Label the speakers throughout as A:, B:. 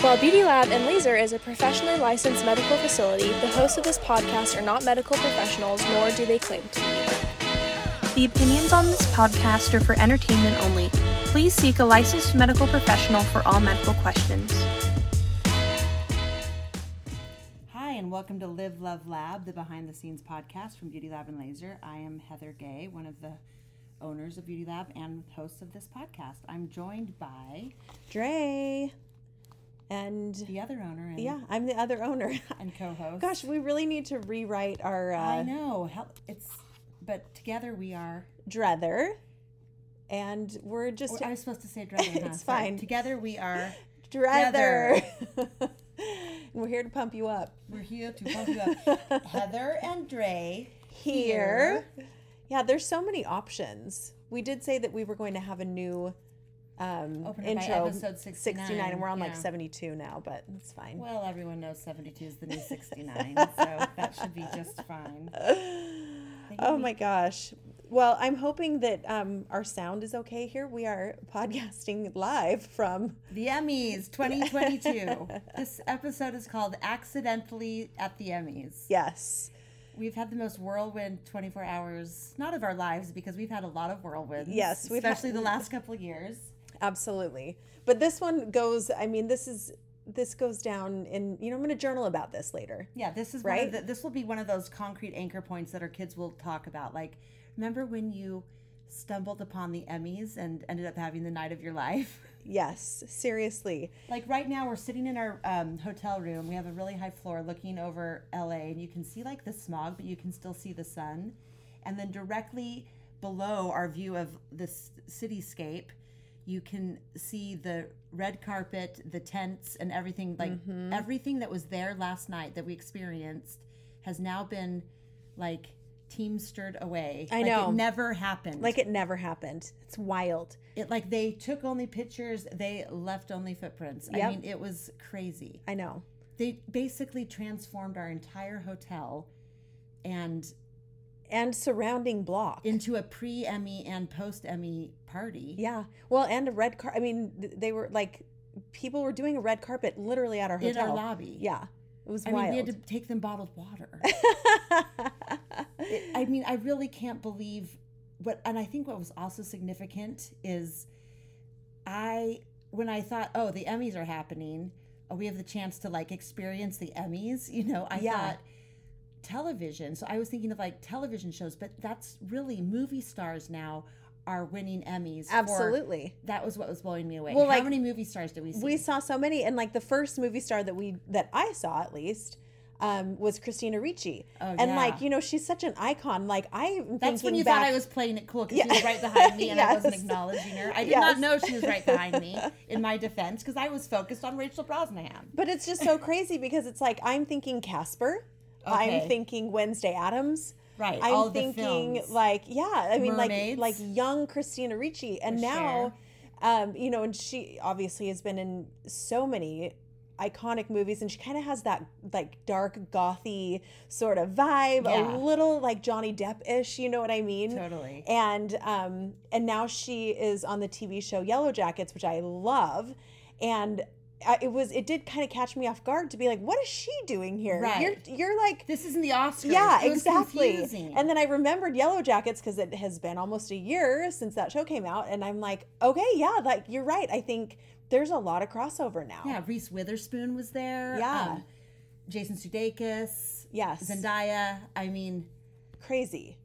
A: While Beauty Lab and Laser is a professionally licensed medical facility, the hosts of this podcast are not medical professionals, nor do they claim to be.
B: The opinions on this podcast are for entertainment only. Please seek a licensed medical professional for all medical questions.
C: Hi, and welcome to Live Love Lab, the behind the scenes podcast from Beauty Lab and Laser. I am Heather Gay, one of the owners of Beauty Lab and hosts of this podcast. I'm joined by
D: Dre. And
C: the other owner and,
D: yeah, I'm the other owner.
C: and co host.
D: Gosh, we really need to rewrite our
C: I
D: uh,
C: know. Hel- It's, but together we are. oh,
D: drether. And we're just
C: I was supposed to say together.
D: It's fine.
C: Together we are.
D: drether. we're here to pump you up.
C: We're here to help you up. Heather and Dre.
D: Here. Yeah, there's so many options. We did say that we were going to have a new um,
C: Open it by
D: intro
C: episode 69,
D: and we're on like
C: yeah.
D: 72 now, but it's fine.
C: Well, everyone knows 72 is the new 69, so that should be just fine.
D: Oh my gosh. Well, I'm hoping that um, our sound is okay here. We are podcasting live from
C: The Emmys 2022. this episode is called Accidentally at the Emmys.
D: Yes.
C: We've had the most whirlwind 24 hours, not of our lives, because we've had a lot of whirlwinds.
D: Yes, we've had-
C: especially the last couple of years.
D: Absolutely. But this one goes, I mean, this is this goes down in you know, I'm gonna journal about this later.
C: Yeah, this is One
D: Right?
C: of the, this will be one of those concrete anchor points that our kids will talk about. Like, remember when you stumbled upon the Emmys and ended up having the night of your life?
D: Yes, seriously.
C: Like right now, we're sitting in our um, hotel room. We have a really high floor looking over LA, and you can see like the smog, but you can still see the sun. And then directly below our view of this cityscape, you can see the red carpet, the tents, and everything. Like
D: Mm-hmm.
C: everything that was there last night that we experienced has now been like teamstered away.
D: I
C: Like,
D: know.
C: it never happened.
D: Like it never happened. It's wild.
C: it, like they took only pictures, they left only footprints. I
D: Yep.
C: mean, it was crazy
D: I know.
C: they basically transformed our entire hotel and
D: And surrounding block.
C: into a pre Emmy and post Emmy party.
D: yeah. Well, and a red car I mean, th- they were like people were doing a red carpet literally at our
C: In
D: hotel.
C: our lobby.
D: Yeah. It was
C: I
D: wild.
C: mean, we had to take them bottled water. It- I mean, I really can't believe what, and I think what was also significant is I, when I thought, oh, the Emmys are happening, oh, we have the chance to like experience the Emmys, you know, I
D: Yeah.
C: thought television. So I was thinking of like television shows, but that's really movie stars now are winning Emmys. for-
D: Absolutely.
C: that was what was blowing me away.
D: Well,
C: How
D: like,
C: many movie stars did we see?
D: we saw so many and like the first movie star that we that i saw at least um, was christina ricci
C: Oh,
D: and
C: yeah.
D: like you know she's such an icon like i am
C: That's when
D: thinking
C: you
D: back,
C: thought I was playing it cool because she
D: Yeah.
C: was right behind me and I wasn't
D: Yes.
C: acknowledging her. I did not
D: Yes.
C: know she was right behind me in my defense because I was focused on Rachel Brosnahan.
D: but it's just so crazy because it's like i'm thinking casper
C: Okay.
D: i'm thinking wednesday adams
C: Right,
D: i'm
C: all the
D: thinking
C: films.
D: like yeah i mean
C: Mermaids.
D: like like young christina ricci and
C: For
D: now um, you know and she obviously has been in so many iconic movies and she kind of has that like dark gothy sort of vibe
C: Yeah.
D: a little like johnny depp-ish you know what i mean
C: Totally.
D: and um and now she is on the tv show yellow jackets which i love and I, it was it did kind of catch me off guard to be like what is she doing here
C: Right.
D: you're you're like
C: This isn't the Oscars.
D: yeah,
C: It was
D: exactly.
C: confusing.
D: And then I remembered Yellow Jackets because it has been almost a year since that show came out, and I'm like, okay, yeah, like you're right. I think there's a lot of crossover now.
C: yeah, Reese Witherspoon was there. um,
D: Yeah.
C: Jason Sudeikis,
D: Yes.
C: Zendaya. I mean,
D: Crazy.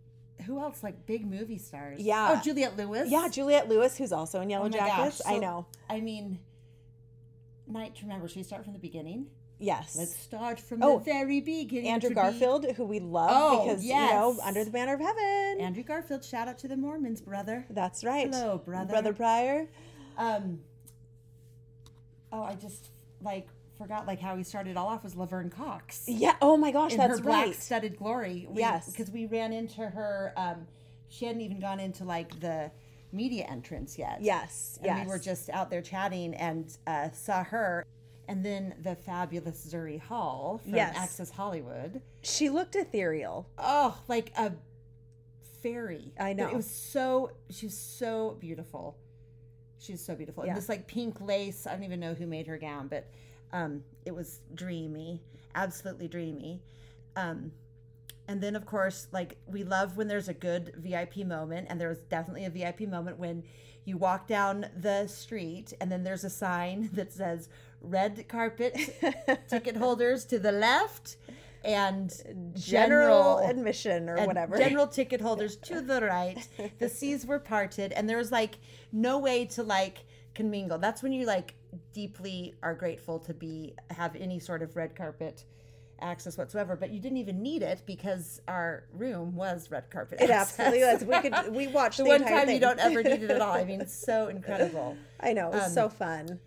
C: who else? Like big movie stars.
D: Yeah.
C: Oh, Juliette Lewis.
D: Yeah, Juliette Lewis, who's also in Yellow
C: Oh my gosh,
D: Jackets. I
C: so-
D: know.
C: I mean, night to remember. Should we start from the beginning?
D: Yes.
C: Let's start from
D: Oh,
C: the very beginning.
D: Andrew
C: It would be-
D: Garfield, who we love
C: Oh,
D: because
C: yes.
D: you know, under the banner of heaven.
C: Andrew Garfield. Shout out to the Mormons, brother.
D: That's right.
C: Hello, brother.
D: Brother Pryor.
C: Um. Oh, I just like forgot like how he started all off was Laverne Cox
D: Yeah. Oh my gosh,
C: in her
D: that's
C: black
D: right.
C: studded glory. We,
D: Yes.
C: because we ran into her. Um, she hadn't even gone into like the media entrance yet.
D: Yes.
C: and
D: yes.
C: we were just out there chatting and uh, saw her, and then the fabulous Zuri Hall from
D: Yes.
C: Access Hollywood.
D: she looked ethereal.
C: Oh, like a fairy.
D: I know.
C: It was so she was so beautiful. She was so beautiful. And
D: Yeah.
C: this like pink lace. I don't even know who made her gown, but Um, it was dreamy, absolutely dreamy. Um, and then, of course, like we love when there's a good VIP moment, and there was definitely a VIP moment when you walk down the street and then there's a sign that says red carpet ticket holders to the left and
D: General,
C: general
D: admission or
C: and
D: whatever.
C: General ticket holders to the right. The seas were parted, and there was like no way to like commingle. That's when you like deeply are grateful to be have any sort of red carpet access whatsoever. But you didn't even need it because our room was red carpet.
D: it absolutely was. We could we watched
C: The
D: the,
C: one
D: entire
C: time
D: thing.
C: you don't ever need it at all. Um, I mean, it's so incredible.
D: I know. It was so fun.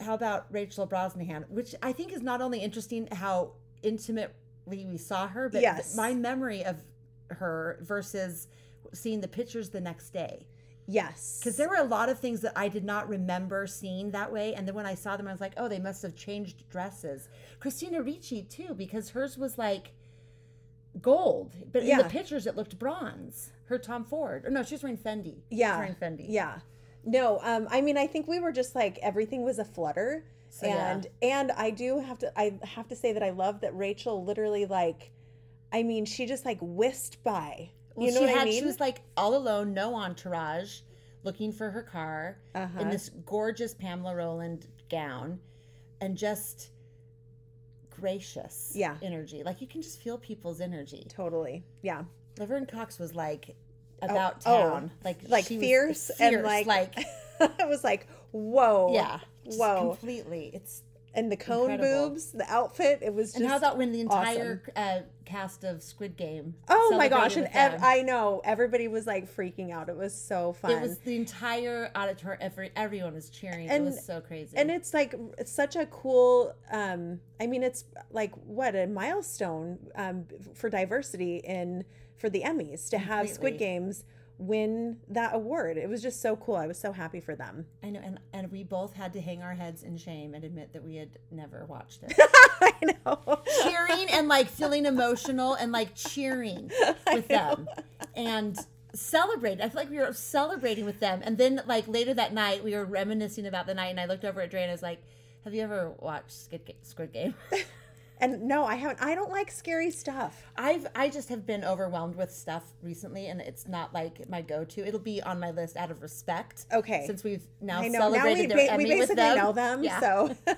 C: How about Rachel Brosnahan, which I think is not only interesting how intimately we saw her, but
D: Yes.
C: my memory of her versus seeing the pictures the next day.
D: Yes.
C: Because there were a lot of things that I did not remember seeing that way. And then when I saw them, I was like, oh, they must have changed dresses. Christina Ricci, too, because hers was like gold, but in the
D: Yeah.
C: pictures it looked bronze. Her Tom Ford. Or no, she was wearing Fendi. She was
D: yeah.
C: wearing Fendi.
D: Yeah. No, um, I mean I think we were just like everything was a flutter.
C: yeah.
D: and and I do have to I have to say that I love that Rachel literally like I mean she just like whisked by.
C: Well,
D: you know
C: she
D: what
C: had,
D: I mean?
C: She was like all alone, no entourage, looking for her car
D: Uh-huh.
C: in this gorgeous Pamela Roland gown, and just gracious
D: Yeah.
C: energy. Like you can just feel people's energy.
D: totally. Yeah.
C: Laverne Cox was like about
D: oh,
C: town, like
D: like
C: she was
D: fierce and, like- I was like, whoa.
C: yeah, just
D: Whoa.
C: completely. It's
D: and the cone
C: incredible.
D: boobs, the outfit, it was just
C: and how about when the entire uh, cast of Squid Game?
D: Oh my gosh! And
C: celebrated with
D: ev-
C: them?
D: I know everybody was like freaking out. It was so fun.
C: it was the entire auditorium. Every, everyone was cheering.
D: And-
C: it was so crazy.
D: and it's like it's such a cool um i mean it's like what a milestone um for diversity in for the emmys to have squid
C: Completely.
D: games win that award it was just so cool i was so happy for them
C: I know, and and we both had to hang our heads in shame and admit that we had never watched it.
D: i know
C: cheering and like feeling emotional and like cheering with them and celebrating. I feel like we were celebrating with them. And then like later that night, we were reminiscing about the night, and I looked over at Dre and I was like, "Have you ever watched Squid Ga- Squid Game?"
D: and no i haven't i don't like scary stuff
C: I've I just have been overwhelmed with stuff recently, and it's not like my go-to. It'll be on my list out of respect.
D: Okay.
C: since we've now
D: I know. Now we,
C: celebrated
D: ba-
C: their
D: we
C: Emmy with
D: basically
C: them.
D: know them.
C: Yeah.
D: So,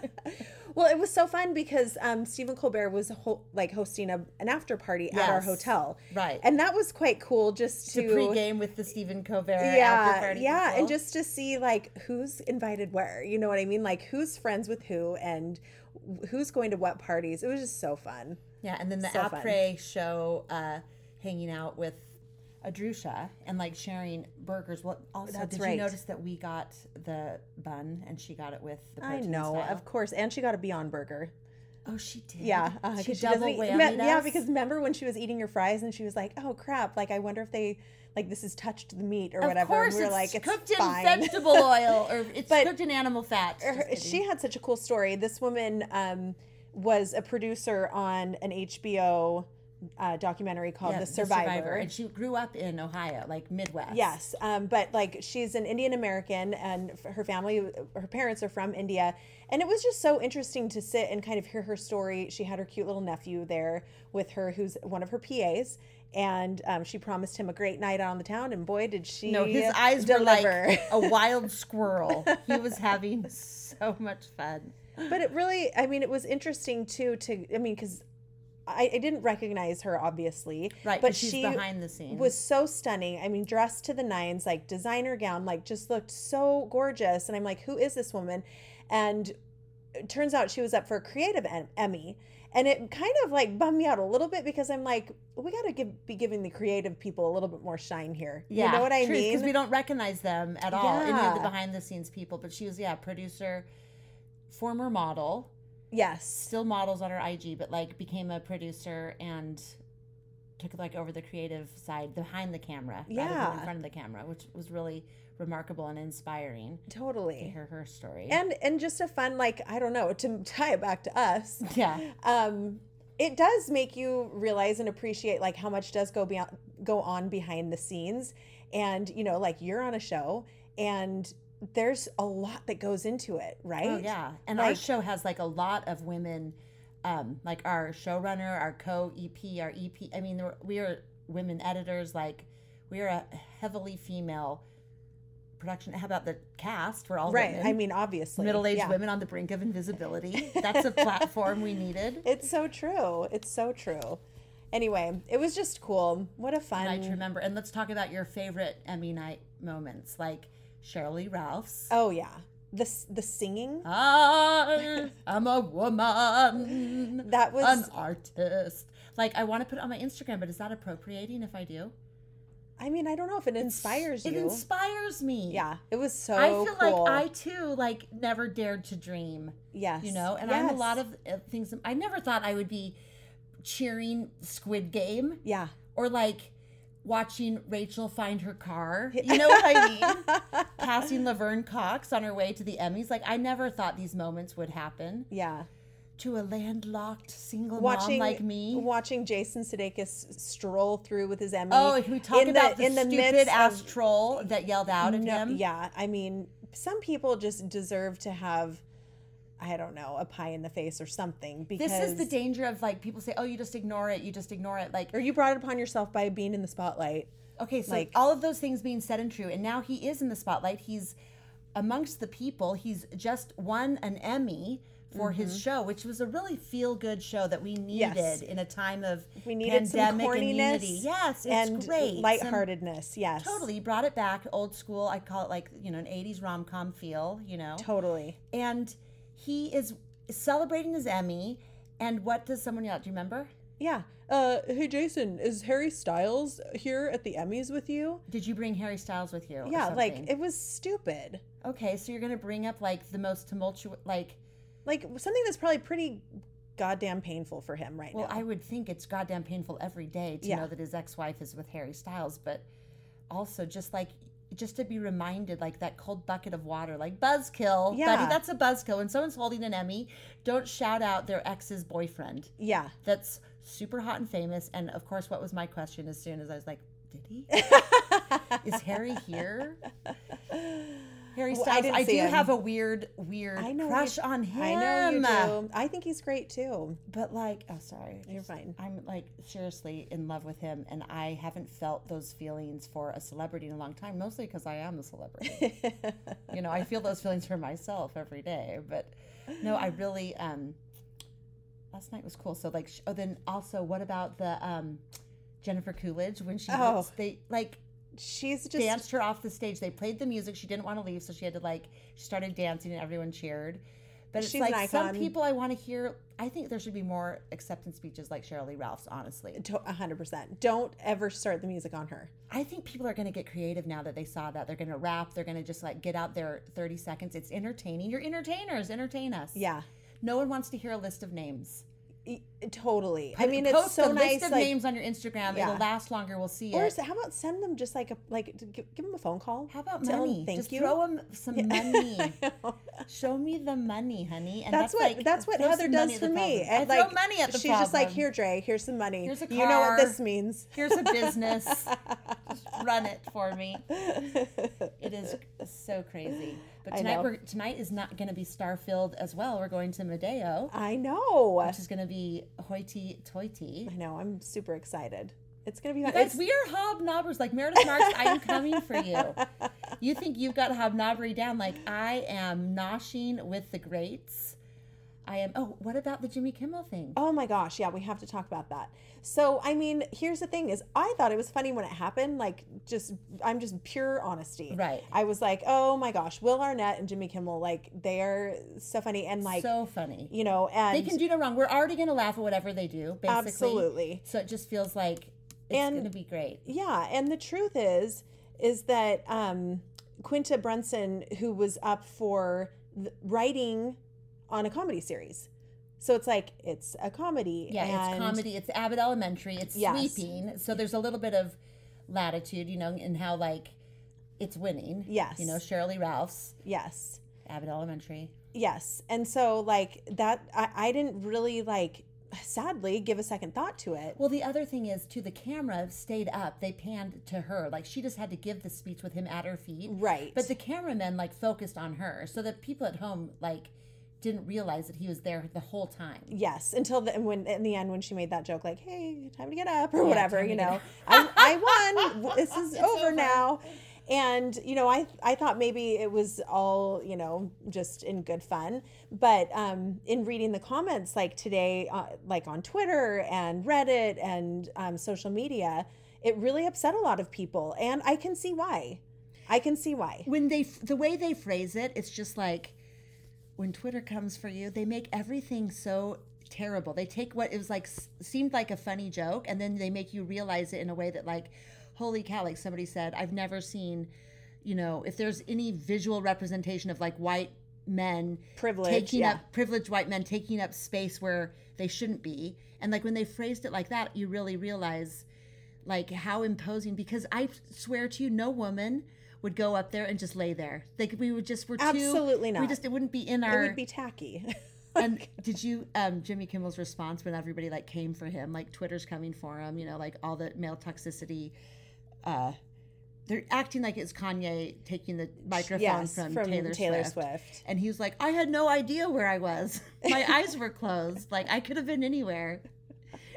D: well, it was so fun because um, Stephen Colbert was ho- like hosting a, an after party at our
C: Yes.
D: hotel,
C: Right.
D: And that was quite cool, just to,
C: to pregame with the Stephen Colbert. after
D: yeah,
C: party
D: yeah,
C: people.
D: and just to see like who's invited where. You know what I mean? Like who's friends with who and wh- who's going to what parties. It was just so fun.
C: yeah, and then the
D: so fun.
C: après show, uh, hanging out with Adrusha and like sharing burgers. Well, also
D: That's
C: did you
D: right.
C: notice that we got the bun and she got it with the
D: I
C: protein
D: know,
C: style?
D: of course. And she got a Beyond Burger.
C: oh, she did.
D: Yeah, uh, 'cause
C: she
D: she doesn't
C: double
D: eat-
C: whammied
D: me- Yeah,
C: us.
D: because remember when she was eating your fries and she was like, "Oh crap! Like I wonder if they like this has touched the meat or
C: Of
D: whatever."
C: course,
D: and we were
C: it's
D: like, "It's
C: cooked
D: fine."
C: in vegetable oil or it's
D: But
C: cooked in animal fat.
D: Her-
C: Just kidding.
D: she had such a cool story. This woman um, was a producer on an HBO uh, documentary called
C: Yeah,
D: The Survivor.
C: and she grew up in Ohio, like Midwest.
D: Yes, um, but like she's an Indian American, and f- her family, her parents are from India, and it was just so interesting to sit and kind of hear her story. She had her cute little nephew there with her, who's one of her PAs, and um, she promised him a great night out on the town, and boy, did she!
C: No, his eyes were like a wild squirrel. He was having so much fun.
D: but it really, I mean, it was interesting too. To I mean, because. I, I didn't recognize her obviously,
C: Right,
D: But
C: but she's
D: she
C: behind the scenes.
D: was so stunning. I mean, dressed to the nines, like designer gown, like just looked so gorgeous. And I'm like, who is this woman? And it turns out she was up for a creative Em- Emmy. And it kind of like bummed me out a little bit because I'm like, we got to give, be giving the creative people a little bit more shine here. you know what I
C: Because
D: mean?
C: we don't recognize them at all. Any of the
D: Yeah.
C: behind the scenes people. But she was, yeah, producer, former model,
D: yes.
C: still models on her IG, but like became a producer and took like over the creative side behind the camera, rather than
D: Yeah.
C: in front of the camera, which was really remarkable and inspiring to
D: Totally.
C: hear her story.
D: And and just a fun like I don't know to tie it back to us.
C: yeah,
D: um, it does make you realize and appreciate like how much does go beyond go on behind the scenes and you know like you're on a show and there's a lot that goes into it, right?
C: Oh yeah, and our
D: Like-
C: show has like a lot of women, um, like our showrunner, our co EP, our EP. I mean, we're- we are women editors. Like we are a heavily female production. How about the cast? We're all
D: Right.
C: women.
D: I mean, obviously.
C: middle aged
D: yeah.
C: women on the brink of invisibility. That's a platform we needed.
D: It's so true. It's so true. Anyway, it was just cool. What a fun.
C: I to remember. And let's talk about your favorite Emmy night moments, like Shirley Ralph's.
D: Oh yeah. The s- the singing.
C: Uh, I am Ah, a woman.
D: That was
C: an artist. Like I want to put it on my Instagram, but is that appropriating if I do?
D: I mean, I don't know if it inspires
C: It
D: you.
C: inspires me.
D: yeah, it was so
C: I feel
D: cool.
C: like I too like never dared to dream,
D: yes.
C: you know. And I'm a lot
D: Yes.
C: of uh, things. I never thought I would be cheering Squid Game
D: Yeah.
C: or like watching Rachel find her car. You know what I mean? Passing Laverne Cox on her way to the Emmys. Like I never thought these moments would happen
D: Yeah.
C: to a landlocked single
D: Watching
C: mom like me.
D: watching Jason Sudeikis stroll through with his Emmy.
C: Oh, we talk
D: in
C: about the, stupid
D: midst
C: ass
D: of-
C: troll that yelled out at
D: No,
C: him.
D: yeah, I mean, some people just deserve to have, I don't know, a pie in the face or something. Because
C: This is the danger of like people say, "Oh, you just ignore it. You just ignore it." Like,
D: or you brought it upon yourself by being in the spotlight.
C: okay, so
D: like-
C: all of those things being said and true, and now he is in the spotlight. He's amongst the people. He's just won an Emmy for
D: Mm-hmm.
C: his show, which was a really feel good show that we needed in a time of
D: We needed some
C: pandemic
D: corniness,
C: and unity. Yes, it's
D: and
C: great. Some-
D: lightheartedness. yes,
C: Totally brought it back, old school. I call it like you know an '80s rom com feel. You know,
D: totally.
C: and he is celebrating his Emmy. And what does someone yell? Do you remember?
D: Yeah. Uh, hey Jason, is Harry Styles here at the Emmys with you?
C: Did you bring Harry Styles with you? or
D: Yeah, like
C: something?
D: it was stupid.
C: okay, so you're gonna bring up like the most tumultuous, like
D: Like something that's probably pretty goddamn painful for him right
C: well,
D: now.
C: I would think it's goddamn painful every day to
D: Yeah.
C: know that his ex-wife is with Harry Styles, but also just like just to be reminded, like that cold bucket of water, like buzzkill,
D: Yeah.
C: buddy, that's a buzzkill. When someone's holding an Emmy, don't shout out their ex's boyfriend.
D: yeah.
C: That's super hot and famous. And of course, what was my question as soon as I was like, did he? Is Harry here? Harry
D: Well, Oh, I
C: Styles. I,
D: didn't see
C: do
D: him.
C: have a weird, weird
D: I know
C: crush
D: you-
C: on him.
D: I know you do. I think he's great too.
C: But like, oh sorry, I
D: You're
C: just-
D: fine.
C: I'm like seriously in love with him, and I haven't felt those feelings for a celebrity in a long time. Mostly because I am a celebrity. you know, I feel those feelings for myself every day. But no, I really. um Last night was cool. So like, sh- oh, then also, what about the um Jennifer Coolidge when she
D: Oh.
C: was- they like
D: She's just
C: danced her off the stage. They played the music. She didn't want to leave, so she had to like she started dancing and everyone cheered. But it's
D: She's an
C: like some
D: icon.
C: people I want to hear. I think there should be more acceptance speeches like Shirley Ralph's. Honestly,
D: to- 100%. Don't ever start the music on her.
C: I think people are going to get creative now that they saw that. They're going to rap. They're going to just like get out their thirty seconds. It's entertaining. You're entertainers. Entertain us.
D: Yeah.
C: No one wants to hear a list of names.
D: E- Totally. I mean, it's
C: Post
D: so
C: a
D: nice.
C: list of
D: like,
C: names on your Instagram.
D: Yeah.
C: It'll last longer. We'll see
D: Or
C: it.
D: is- how about send them just like a like to give, give them a phone call?
C: How about
D: Tell 'em
C: money?
D: thank
C: Just
D: you.
C: throw them some money.
D: know.
C: Show me the money, honey. And
D: that's, what
C: like,
D: that's what
C: throw
D: Heather
C: some money
D: does
C: at
D: for
C: the
D: me.
C: problem. I
D: And,
C: throw
D: like,
C: money at the
D: she's just like,
C: problem.
D: here, Dre, here's some money.
C: Here's a
D: You know what
C: car."
D: this means.
C: Here's a business. Just run it for me. It is so crazy. But
D: I
C: tonight
D: know.
C: we're tonight is not going to be star-filled as well. We're going to Medeo,
D: I know.
C: which is going to be hoity-toity.
D: I know. I'm super excited. It's gonna be fun.
C: Guys,
D: It's-
C: we are hobnobbers. Like Meredith Marks, I am coming for you. You think you've got hobnobbery down? Like I am noshing with the greats. I am. Oh, what about the Jimmy Kimmel thing?
D: Oh my gosh, yeah, we have to talk about that. So, I mean, here's the thing is I thought it was funny when it happened, like just I'm just pure honesty.
C: Right.
D: I was like, "Oh my gosh, Will Arnett and Jimmy Kimmel like they are so funny and like
C: so funny.
D: you know, and
C: They can do no wrong. We're already going to laugh at whatever they do, basically.
D: Absolutely.
C: So it just feels like it's
D: And-
C: going to be great.
D: Yeah, and the truth is, is that um, Quinta Brunson, who was up for th- writing on a comedy series, so it's like it's a comedy.
C: Yeah, it's
D: and-
C: comedy. It's Abbott Elementary. It's
D: Yes.
C: sweeping. So there's a little bit of latitude, you know, in how like it's winning.
D: Yes.
C: You know, Shirley Ralph's
D: Yes,
C: Abbott Elementary.
D: yes, and so like that, I, I didn't really like. sadly give a second thought to it.
C: Well, the other thing is, too, the camera stayed up. They panned to her. Like, she just had to give the speech with him at her feet.
D: Right.
C: But the cameramen, like, focused on her. So that people at home, like, didn't realize that he was there the whole time.
D: Yes, until the, and when in the end when she made that joke like, "Hey, time to get up" or whatever, you know, I, I won. This is over, now. And you know, I I thought maybe it was all you know just in good fun, but um, in reading the comments like today, uh, like on Twitter and Reddit and um, social media, it really upset a lot of people, and I can see why. I can see why.
C: When they, the way they phrase it, it's just like, when Twitter comes for you, they make everything so terrible. They take what it was like s- seemed like a funny joke, and then they make you realize it in a way that like, holy cow! Like somebody said, I've never seen, you know, if there's any visual representation of like white men
D: Privilege,
C: taking
D: yeah.
C: up privileged white men taking up space where they shouldn't be, and like when they phrased it like that, you really realize like how imposing because I swear to you, no woman would go up there and just lay there. Like we would just were too
D: Absolutely
C: We
D: not.
C: just it wouldn't be in
D: It
C: our.
D: would be tacky.
C: and did you um Jimmy Kimmel's response when everybody like came for him, like Twitter's coming for him, you know, like all the male toxicity. Uh, they're acting like it's Kanye taking the microphone
D: Yes,
C: from,
D: from
C: Taylor,
D: Taylor
C: Swift.
D: Swift.
C: and he was like, "I had no idea where I was. My eyes were closed. Like I could have been anywhere."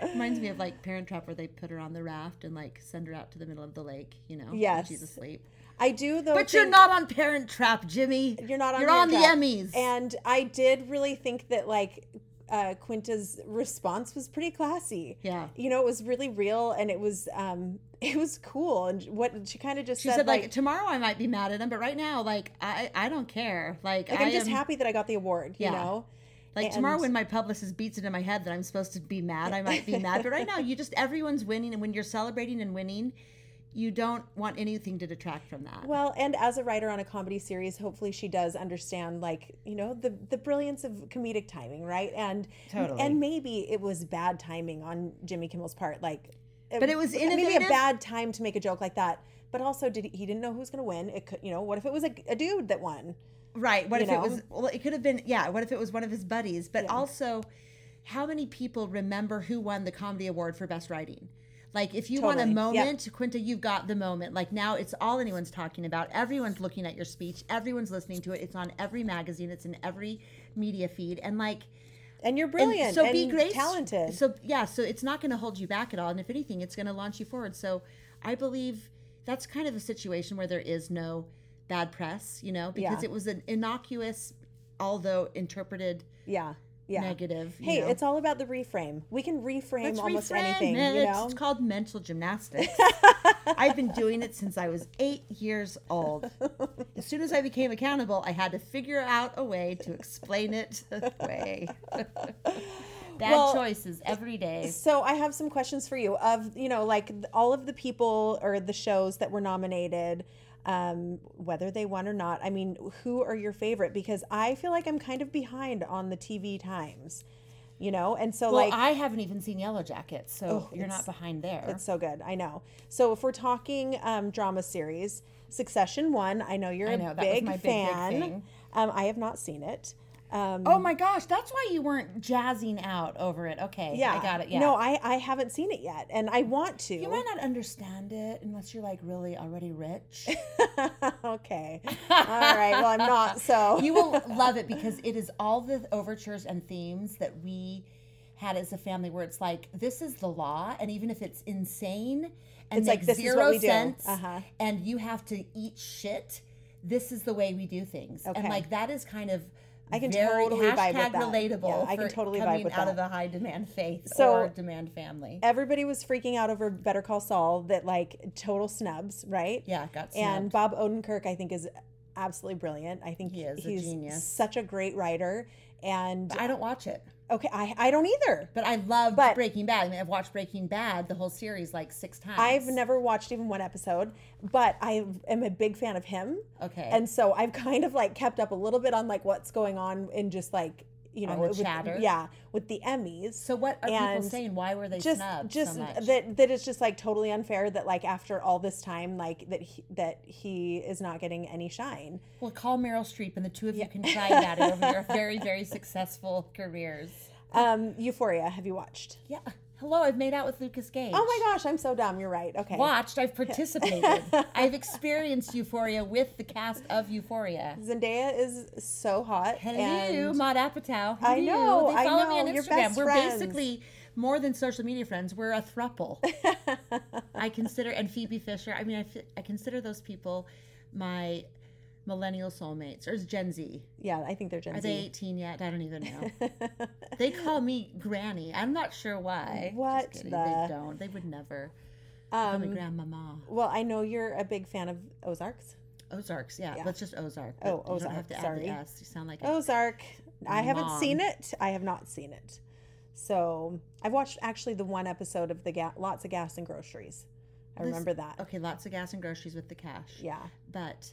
C: Reminds me of like Parent Trap, where they put her on the raft and like send her out to the middle of the lake. You know, when
D: Yes.
C: she's asleep.
D: I do though.
C: But you're
D: think-
C: not on Parent Trap, Jimmy.
D: You're not on.
C: You're
D: Parent
C: on the
D: Trap.
C: Emmys.
D: And I did really think that like uh, Quinta's response was pretty classy.
C: Yeah.
D: You know, it was really real, and it was um, it was cool. And what she kind of just
C: She
D: said,
C: said, like,
D: like,
C: tomorrow I might be mad at him, but right now, like, I, I don't care. Like,
D: like,
C: I
D: I'm just
C: am-
D: happy that I got the award. You
C: Yeah.
D: know.
C: Like, tomorrow
D: and-
C: when my publicist beats it in my head that I'm supposed to be mad, I might be mad. But right now, you just, everyone's winning. And when you're celebrating and winning, you don't want anything to detract from that.
D: Well, and as a writer on a comedy series, hopefully she does understand, like you know, the the brilliance of comedic timing, right? And
E: Totally.
D: and maybe it was bad timing on Jimmy Kimmel's part, like.
C: But it was
D: maybe a
C: innovative.
D: bad time to make a joke like that. But also, did he, he didn't know who was going to win? It could, you know, what if it was a, a dude that won?
C: Right. What
D: you
C: if
D: know?
C: it was? Well, it could have been. Yeah. What if it was one of his buddies? But also, how many people remember who won the comedy award for best writing? Like, if you want a
D: Totally. Yep.
C: moment, Quinta, you've got the moment. Like now, it's all anyone's talking about. Everyone's looking at your speech. Everyone's listening to it. It's on every magazine. It's in every media feed. And like,
D: And you're
C: and
D: brilliant.
C: so be great,
D: talented.
C: So yeah. So it's not going to hold you back at all. And if anything, it's going to launch you forward. So I believe that's kind of a situation where there is no bad press, you know, because
D: Yeah.
C: it was an innocuous, although interpreted
D: yeah, yeah.
C: negative. you
D: Hey,
C: know.
D: it's all about the reframe. We can reframe
C: Let's
D: almost
C: reframe
D: anything.
C: it.
D: You
C: It's-
D: know,
C: It's called mental gymnastics. I've been doing it since I was eight years old. As soon as I became accountable, I had to figure out a way to explain it away. Bad
D: Well,
C: choices every day.
D: So I have some questions for you of you know like th- all of the people or the shows that were nominated um whether they won or not I mean who are your favorite because I feel like I'm kind of behind on the TV times you know and so
C: Well,
D: like
C: I haven't even seen Yellow Jackets, so
D: Oh,
C: you're
D: it's-
C: not behind there.
D: it's so good I know so if we're talking um drama series Succession one I know you're
C: I know,
D: a
C: that was
D: big
C: my big, big
D: fan
C: thing.
D: um I have not seen it um
C: Oh my gosh, that's why you weren't jazzing out over it. Okay,
D: yeah
C: I got it. Yeah,
D: no I I haven't seen it yet and I want to
C: you might not understand it unless you're like really already rich.
D: okay. All right. Well, I'm not. So
C: you will love it because it is all the overtures and themes that we had as a family where it's like this is the law and even if it's insane and
D: It's like,
C: makes
D: this is what
C: zero
D: we do.
C: sense
D: Uh-huh.
C: and you have to eat shit this is the way we do things
D: Okay.
C: and like that is kind of
D: I can
C: very
D: totally vibe with
C: hashtag
D: that.
C: relatable
D: Yeah, I can
C: for
D: totally vibe
C: coming
D: with
C: out
D: that.
C: of a high demand faith
D: So-
C: or demand family
D: everybody was freaking out over Better Call Saul that like total snubs, right?
C: yeah got
D: And
C: snubbed.
D: Bob Odenkirk, I think, is absolutely brilliant. I think
C: He is a
D: he's
C: genius.
D: such a great writer. And
C: I don't watch it
D: okay, I, I don't either.
C: but I love
D: But-
C: Breaking Bad I mean I've watched Breaking Bad the whole series like six times
D: I've never watched even one episode, but I am a big fan of him.
C: okay
D: And so I've kind of like kept up a little bit on like what's going on in just like, you know,
C: On the chatter.
D: Yeah, with the Emmys.
C: So what are
D: And
C: people saying? Why were they
D: just
C: snubbed
D: just
C: so much?
D: that that it's just like totally unfair that like after all this time like that he, that he is not getting any shine
C: well, call Meryl Streep and the two of you can cry about it over your very, very successful careers.
D: Um, Euphoria, have you watched?
C: Yeah. Hello, I've made out with Lucas Gage.
D: Oh my gosh, I'm so dumb. You're right. Okay.
C: Watched, I've participated. I've experienced Euphoria with the cast of Euphoria.
D: Zendaya is so hot.
C: Hello,
D: and-
C: Maud Apatow. Hello.
D: I know,
C: They
D: I
C: follow me on
D: know,
C: Instagram.
D: you're best
C: we're
D: friends.
C: basically more than social media friends. We're a thruple. I consider and Phoebe Fisher. I mean, I, fi- I consider those people my millennial soulmates or is Gen Z.
D: yeah, I think they're Gen
C: Are
D: Z.
C: they 18 yet? I don't even know. they call me Granny. I'm not sure why. Just
D: What
C: kidding.
D: the- Um,
C: They don't. They would never. They call me Grandmama.
D: Well, I know you're a big fan of Ozarks.
C: Ozarks, yeah.
D: yeah.
C: Let's just Ozark.
D: Oh,
C: but You don't have
D: Ozark,
C: to add
D: sorry. Oh.
C: the S. You sound like a
D: Ozark. I haven't
C: Mom.
D: seen it. I have not seen it. So I've watched actually the one episode of the ga- lots of gas and groceries. I remember that.
C: Okay, lots of gas and groceries with the cash.
D: Yeah.
C: But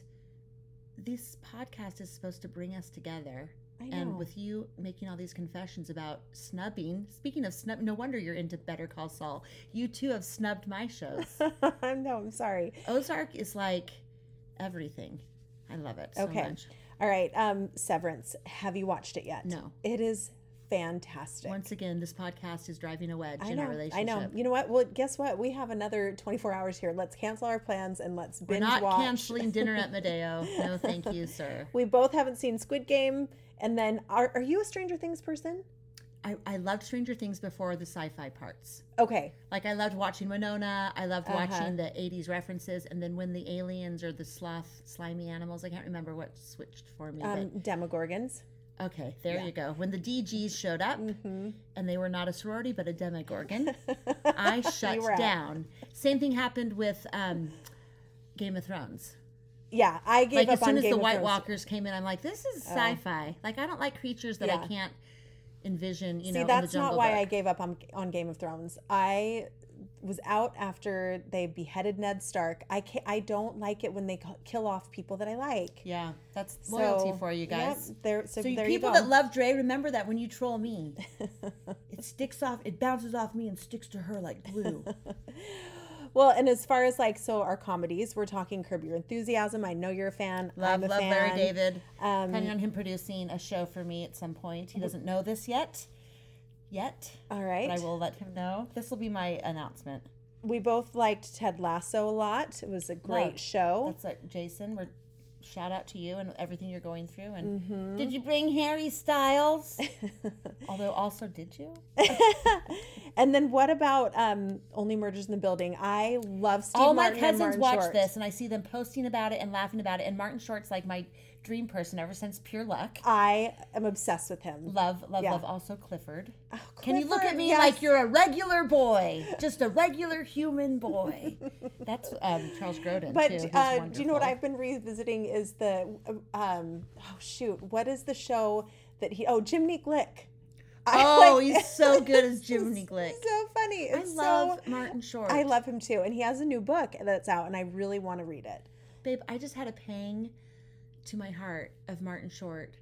C: this podcast is supposed to bring us together.
D: I know.
C: And with you making all these confessions about snubbing, speaking of snub, no wonder you're into Better Call Saul. You too have snubbed my shows.
D: no, I'm sorry.
C: Ozark is like everything. I love it so
D: Okay.
C: much.
D: All right. Um, Severance. Have you watched it yet?
C: No.
D: It is fantastic.
C: Once again, this podcast is driving a wedge
D: I
C: in
D: know.
C: our relationship.
D: I know. You know what? Well, guess what? We have another 24 hours here. Let's cancel our plans and let's
C: We're
D: binge
C: not
D: watch.
C: canceling dinner at Medeo. No, thank you, sir.
D: We both haven't seen Squid Game. And then, are, are you a Stranger Things person?
C: I, I loved Stranger Things before the sci-fi parts.
D: Okay.
C: Like I loved watching Winona. I loved
D: Uh-huh.
C: watching the '80s references, and then when the aliens or the sloth, slimy animals—I can't remember what switched for me.
D: Um, Demogorgons.
C: but okay, there you go. When the DGs showed up,
D: Mm-hmm.
C: and they were not a sorority but a demogorgon, I shut
D: were out.
C: down. Same thing happened with um, Game of Thrones.
D: Yeah, I gave
C: Like
D: up
C: as soon
D: on
C: as
D: Game
C: the
D: of
C: White
D: Thrones. Oh.
C: Walkers came in, I'm like, this is sci-fi. Like I don't like creatures that
D: Yeah.
C: I can't envision. You
D: See,
C: know, in
D: that's
C: the
D: not
C: jungle
D: why
C: book.
D: I gave up on, on Game of Thrones. I was out after they beheaded Ned Stark. I can I don't like it when they c- kill off people that I like.
C: Yeah, that's
D: So,
C: loyalty for you
D: yep,
C: guys.
D: there, so,
C: So you-
D: there
C: people
D: you go.
C: that love Dre, remember that when you troll me, it sticks off, it bounces off me and sticks to her like glue.
D: Well, and as far as like so our comedies, we're talking Curb Your Enthusiasm. I know you're a fan.
C: love,
D: I'm a
C: love
D: fan. Um,
C: Larry David. Planning on him producing a show for me at some point. He doesn't know this yet, yet,
D: All
C: but I
D: right.
C: will let him know. This will be my announcement.
D: We both liked Ted Lasso a lot. It was a great
C: Love.
D: show.
C: That's like Jason. We're shout out to you and everything you're going through. And
D: Mm-hmm.
C: did you bring Harry Styles? Although, also, did you?
D: And then what about um Only Murders in the Building? I love Steve
C: all
D: Martin
C: my
D: and
C: cousins
D: Martin
C: watch
D: Short.
C: this and i see them posting about it and laughing about it and martin short's like my dream person ever since pure luck
D: I am obsessed with him.
C: love love
D: Yeah. Ah,
C: love also clifford. can you look
D: Clifford,
C: at me
D: yes.
C: like you're a regular boy just a regular human boy that's um, charles grodin
D: But
C: too. He's
D: uh, do you know what
C: wonderful.
D: I've been revisiting is the um oh shoot what is the show that he oh Jimmy Glick. I
C: oh
D: like-
C: he's so good as jiminy glick
D: so funny.
C: i
D: It's
C: love
D: so,
C: martin short
D: I love him too, and he has a new book that's out, and I really want to read it.
C: babe i just had a pang to my heart of martin short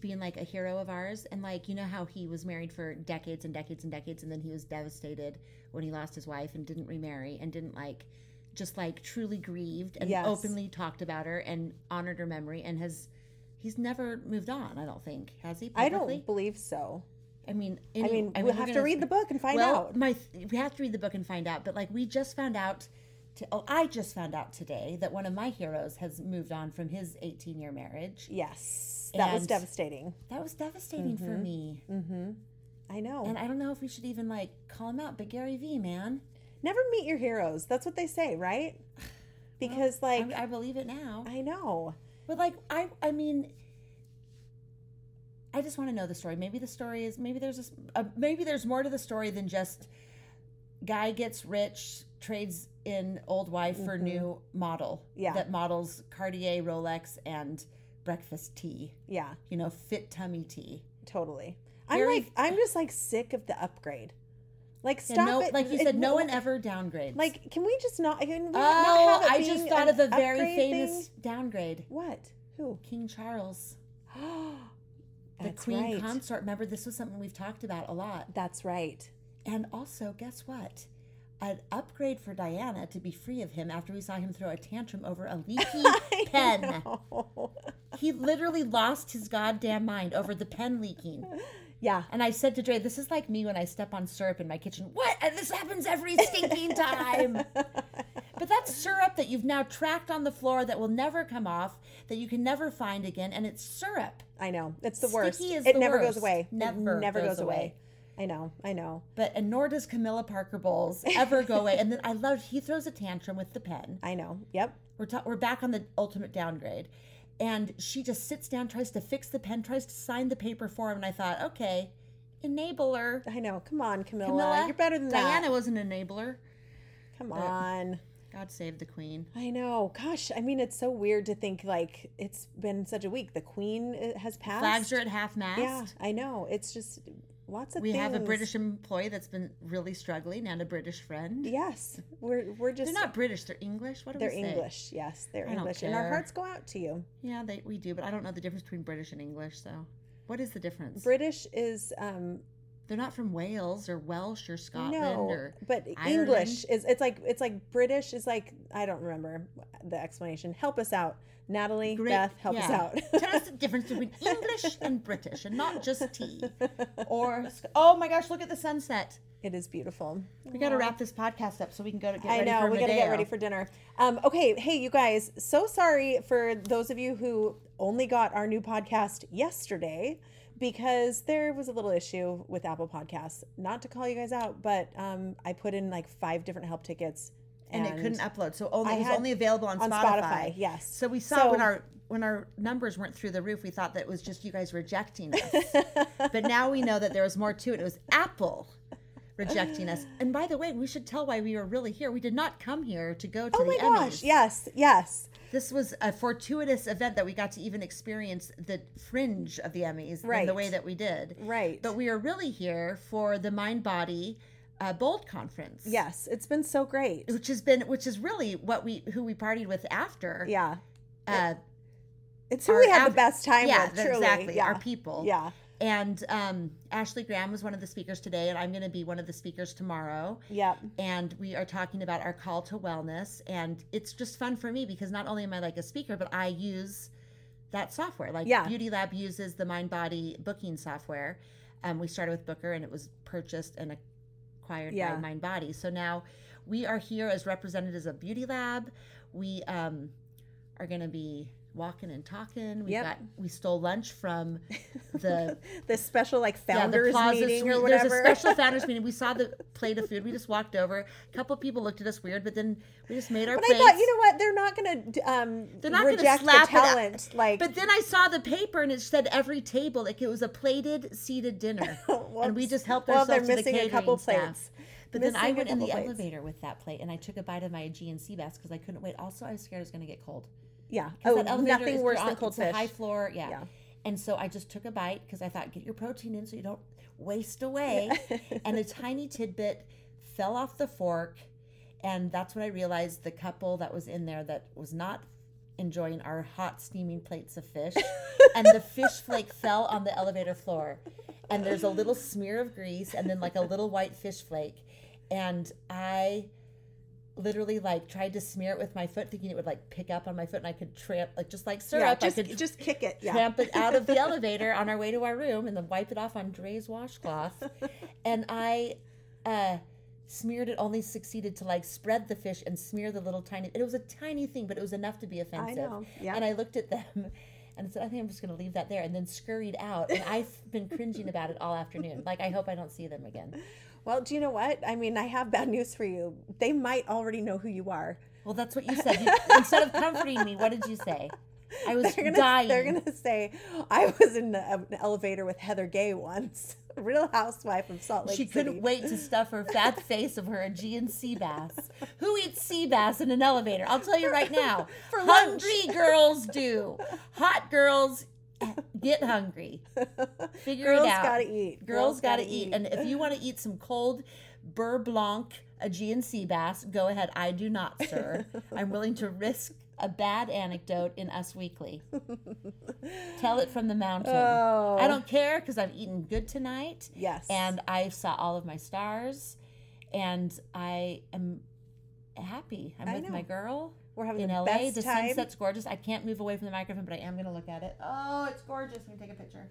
C: being like a hero of ours and like you know how he was married for decades and decades and decades and then he was devastated when he lost his wife and didn't remarry and didn't like just like truly grieved and
D: Yes.
C: openly talked about her and honored her memory and has he's never moved on i don't think has he
D: I
C: publicly?
D: don't believe so.
C: i mean
D: I
C: any-
D: mean,
C: we're
D: we'll have to
C: gonna-
D: read the book and find
C: well,
D: out.
C: my th- we have to read the book and find out. But like we just found out. To, oh, I just found out today that one of my heroes has moved on from his 18 year marriage.
D: Yes, that was
C: And-
D: devastating.
C: That was devastating for me.
D: I know.
C: And I don't know if we should even like call him out, but Gary Vee, man.
D: Never meet your heroes. That's what they say, right? Because like
C: I, I believe it now.
D: I know.
C: But like I I mean I just want to know the story. Maybe the story is maybe there's a, s- a- maybe there's more to the story than just guy gets rich, trades in old wife for new model
D: Mm-hmm. Yeah.
C: that models Cartier, Rolex and breakfast tea.
D: Yeah,
C: You know, fit tummy tea.
D: totally.
C: Very-
D: I'm like I'm just like sick of the upgrade. Like
C: Yeah,
D: stop
C: no,
D: it.
C: like you
D: It-
C: said no one ever downgrades.
D: Like can we just not can we not
C: oh,
D: have it
C: I
D: being
C: just thought
D: an
C: of a very
D: upgrade
C: famous
D: thing?
C: downgrade.
D: What? Who?
C: King Charles, the
D: That's
C: queen
D: right.
C: consort. Remember this was something we've talked about a lot.
D: That's right.
C: And also, guess what? An upgrade for Diana to be free of him after we saw him throw a tantrum over a leaky pen. He literally lost his goddamn mind over the pen leaking.
D: Yeah.
C: And I said to Dre, this is like me when I step on syrup in my kitchen. What? And this happens every stinking time. but that's syrup that you've now tracked on the floor that will never come off, that you can never find again. And it's syrup.
D: I know. It's the worst.
C: Sticky is
D: it
C: the
D: never
C: worst.
D: goes away.
C: Never
D: it never
C: goes
D: goes, away.
C: away.
D: I know. I know.
C: But and nor does Camilla Parker Bowles ever go away. And then I love he throws a tantrum with the pen.
D: I know. Yep.
C: We're ta- we're back on the ultimate downgrade, and she just sits down, tries to fix the pen, tries to sign the paper for him. And I thought, okay, enabler.
D: I know. Come on, Camilla.
C: Camilla,
D: You're better than
C: Diana
D: that.
C: was an enabler.
D: Come on.
C: God save the queen.
D: I know. Gosh, I mean, it's so weird to think like it's been such a week. The Queen uh, has passed.
C: Flags are at half mast.
D: Yeah, I know. It's just lots of
C: we have a
D: things.
C: British employee that's been really struggling and a British friend.
D: Yes, we're we're just
C: They're not British. They're English. What do
D: they're
C: we say?
D: English. Yes, they're
C: I don't
D: English, and our
C: care.
D: hearts go out to you.
C: Yeah, they, we do, but I don't know the difference between British and English. So, what is the difference?
D: British is um
C: They're not from Wales or Welsh or Scotland
D: no,
C: or
D: but
C: Ireland.
D: English is it's like it's like British is like I don't remember the explanation. Help us out, Natalie,
C: Great-
D: Beth, help us
C: yeah.
D: out.
C: Tell us the difference between English and British, and not just tea or Sc- oh my gosh, look at the sunset.
D: it is beautiful.
C: We got to wrap this podcast up so we can go to get
D: I
C: ready
D: know
C: for
D: we got to get
C: Madeo.
D: ready for dinner. Um, okay, hey you guys, so sorry for those of you who only got our new podcast yesterday because there was a little issue with Apple Podcasts. Not to call you guys out, but um, I put in like five different help tickets
C: and it couldn't upload, so only
D: I
C: it was
D: had-
C: only available on,
D: on
C: Spotify.
D: Spotify, yes.
C: So we saw
D: So-
C: when our when our numbers weren't through the roof, we thought that it was just you guys rejecting us. but now we know that there was more to it. It was Apple rejecting us. And by the way, we should tell why we were really here. We did not come here to go to
D: Oh
C: the
D: my
C: Emmys.
D: gosh! Yes, yes.
C: This was a fortuitous event that we got to even experience the fringe of the Emmys in the
D: Right.
C: way that we did.
D: Right.
C: But we are really here for the Mind Body uh, Bold Conference.
D: Yes, it's been so great.
C: Which has been, which is really what we, who we partied with after.
D: Yeah,
C: Uh,
D: it's who
C: our
D: we had
C: av-
D: the best time
C: yeah,
D: with.
C: the-
D: Truly,
C: exactly.
D: Yeah.
C: Our people.
D: Yeah,
C: And um, Ashley Graham was one of the speakers today, and I'm going to be one of the speakers tomorrow.
D: yeah.
C: and we are talking about our call to wellness and it's just fun for me because not only am i like a speaker but i use that software like
D: Yeah.
C: beauty lab uses the mind body booking software um, we started with booker and it was purchased and acquired
D: Yeah.
C: by mind body so now we are here as representatives of beauty lab we um, are going to be walking and talking we
D: Yep.
C: got we stole lunch from the
D: This special like
C: yeah, the
D: founders
C: plaza
D: meeting or
C: suite.
D: whatever.
C: There's a special founders meeting. We saw the plate of food. We just walked over. A couple people looked at us weird, but then we just made our.
D: But I
C: plates.
D: thought, you know what? They're not going to um,
C: They're not going to
D: reject
C: slap
D: the
C: it up.
D: talent. Like,
C: But then I saw the paper and it said every table like it was a plated seated dinner, and we
D: Whoops.
C: just helped
D: Well,
C: ourselves.
D: they're
C: to the
D: missing a couple
C: catering staff.
D: plates.
C: But then I
D: Missing a
C: went in the
D: couple plates.
C: elevator with that plate and I took a bite of my GNC bass because I couldn't wait. Also, I was scared it was going to get cold.
D: yeah.
C: 'Cause
D: Oh,
C: that elevator is-
D: nothing
C: you're
D: worse
C: on-
D: than cold
C: it's a
D: fish.
C: high floor, yeah.
D: Yeah.
C: And so I just took a bite because I thought, get your protein in so you don't waste away. and a tiny tidbit fell off the fork, and that's when I realized the couple that was in there that was not enjoying our hot steaming plates of fish, and the fish flake fell on the elevator floor, and there's a little smear of grease, and then like a little white fish flake, and I literally like tried to smear it with my foot, thinking it would like pick up on my foot and I could tramp like just like syrup.
D: yeah, just,
C: I could
D: just kick it. Yeah.
C: tramp it out of the elevator on our way to our room and then wipe it off on Dre's washcloth. and I uh smeared it only succeeded to like spread the fish and smear the little tiny it was a tiny thing, but it was enough to be offensive.
D: know, yeah.
C: And I looked at them and said, I think I'm just gonna leave that there and then scurried out. And I've been cringing about it all afternoon. Like I hope I don't see them again.
D: Well, do you know what? I mean, I have bad news for you. They might already know who you are.
C: Well, that's what you said. You, instead of comforting me, what did you say? I was
D: They're gonna,
C: dying.
D: They're going to say, I was in the, an elevator with Heather Gay once, real housewife of Salt Lake
C: she
D: City.
C: couldn't wait to stuff her fat face of her Aegean sea bass. Who eats sea bass in an elevator? I'll tell you right now.
D: For lunch.
C: hungry girls do. Hot girls get hungry. Figure
D: Girls
C: it out.
D: gotta eat.
C: Girls, gotta, eat. And if you want to eat some cold Burr Blanc Aegean sea bass, go ahead. I do not, sir. I'm willing to risk a bad anecdote in Us Weekly. Tell it from the mountain.
D: Oh.
C: I don't care because I'm eating good tonight.
D: Yes.
C: And I saw all of my stars, and I am happy. I'm
D: I
C: with my
D: know.
C: girl.
D: We're having
C: in
D: the
C: LA.
D: best
C: the
D: time.
C: sunset's gorgeous. I can't move away from the microphone, but I am going to look at it. Oh, it's gorgeous. Let me take a picture.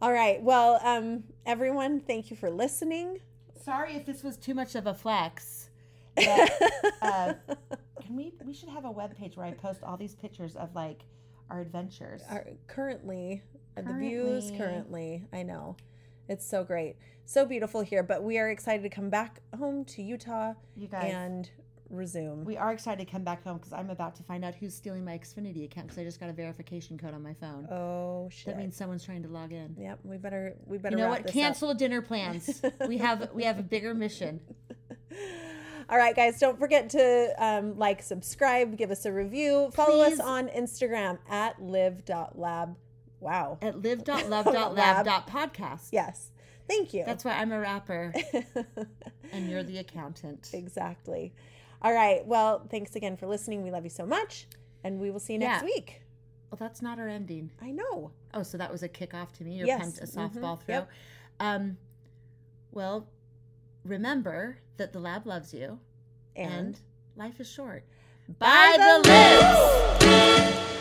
D: All right. Well, um, everyone, thank you for listening.
C: Sorry if this was too much of a flex.
E: Uh, can we? We should have a web page where I post all these pictures of like our adventures.
D: Our, currently, uh, the views currently. I know. It's so great. So beautiful here, but we are excited to come back home to Utah
E: you guys,
D: and resume.
E: we are excited to come back home because I'm about to find
C: Find out who's stealing my Xfinity account because I just got a verification code on my phone.
D: oh shit.
C: that means someone's trying to log in.
D: yep, we better we better
C: You know
D: wrap
C: what?
D: this
C: Cancel dinner plans. we have we have a bigger mission.
D: up. All right, guys, don't forget to um, like, subscribe, give us a review, follow us
C: Please.
D: on Instagram at live.lab. Wow.
C: At live.love.lab.podcast.
D: Yes. Thank you.
C: That's why I'm a rapper and you're the accountant.
D: exactly. All right. Well, thanks again for listening. We love you so much, and we will see you next
C: Yeah.
D: week.
C: Well, that's not our ending.
D: I know.
C: Oh, so that was a kickoff to me. Your
D: Yes.
C: punt a
D: Mhm.
C: softball throw.
D: Yep.
C: Um, well, remember that the lab loves you and,
D: And,
C: life is short.
D: by the lips.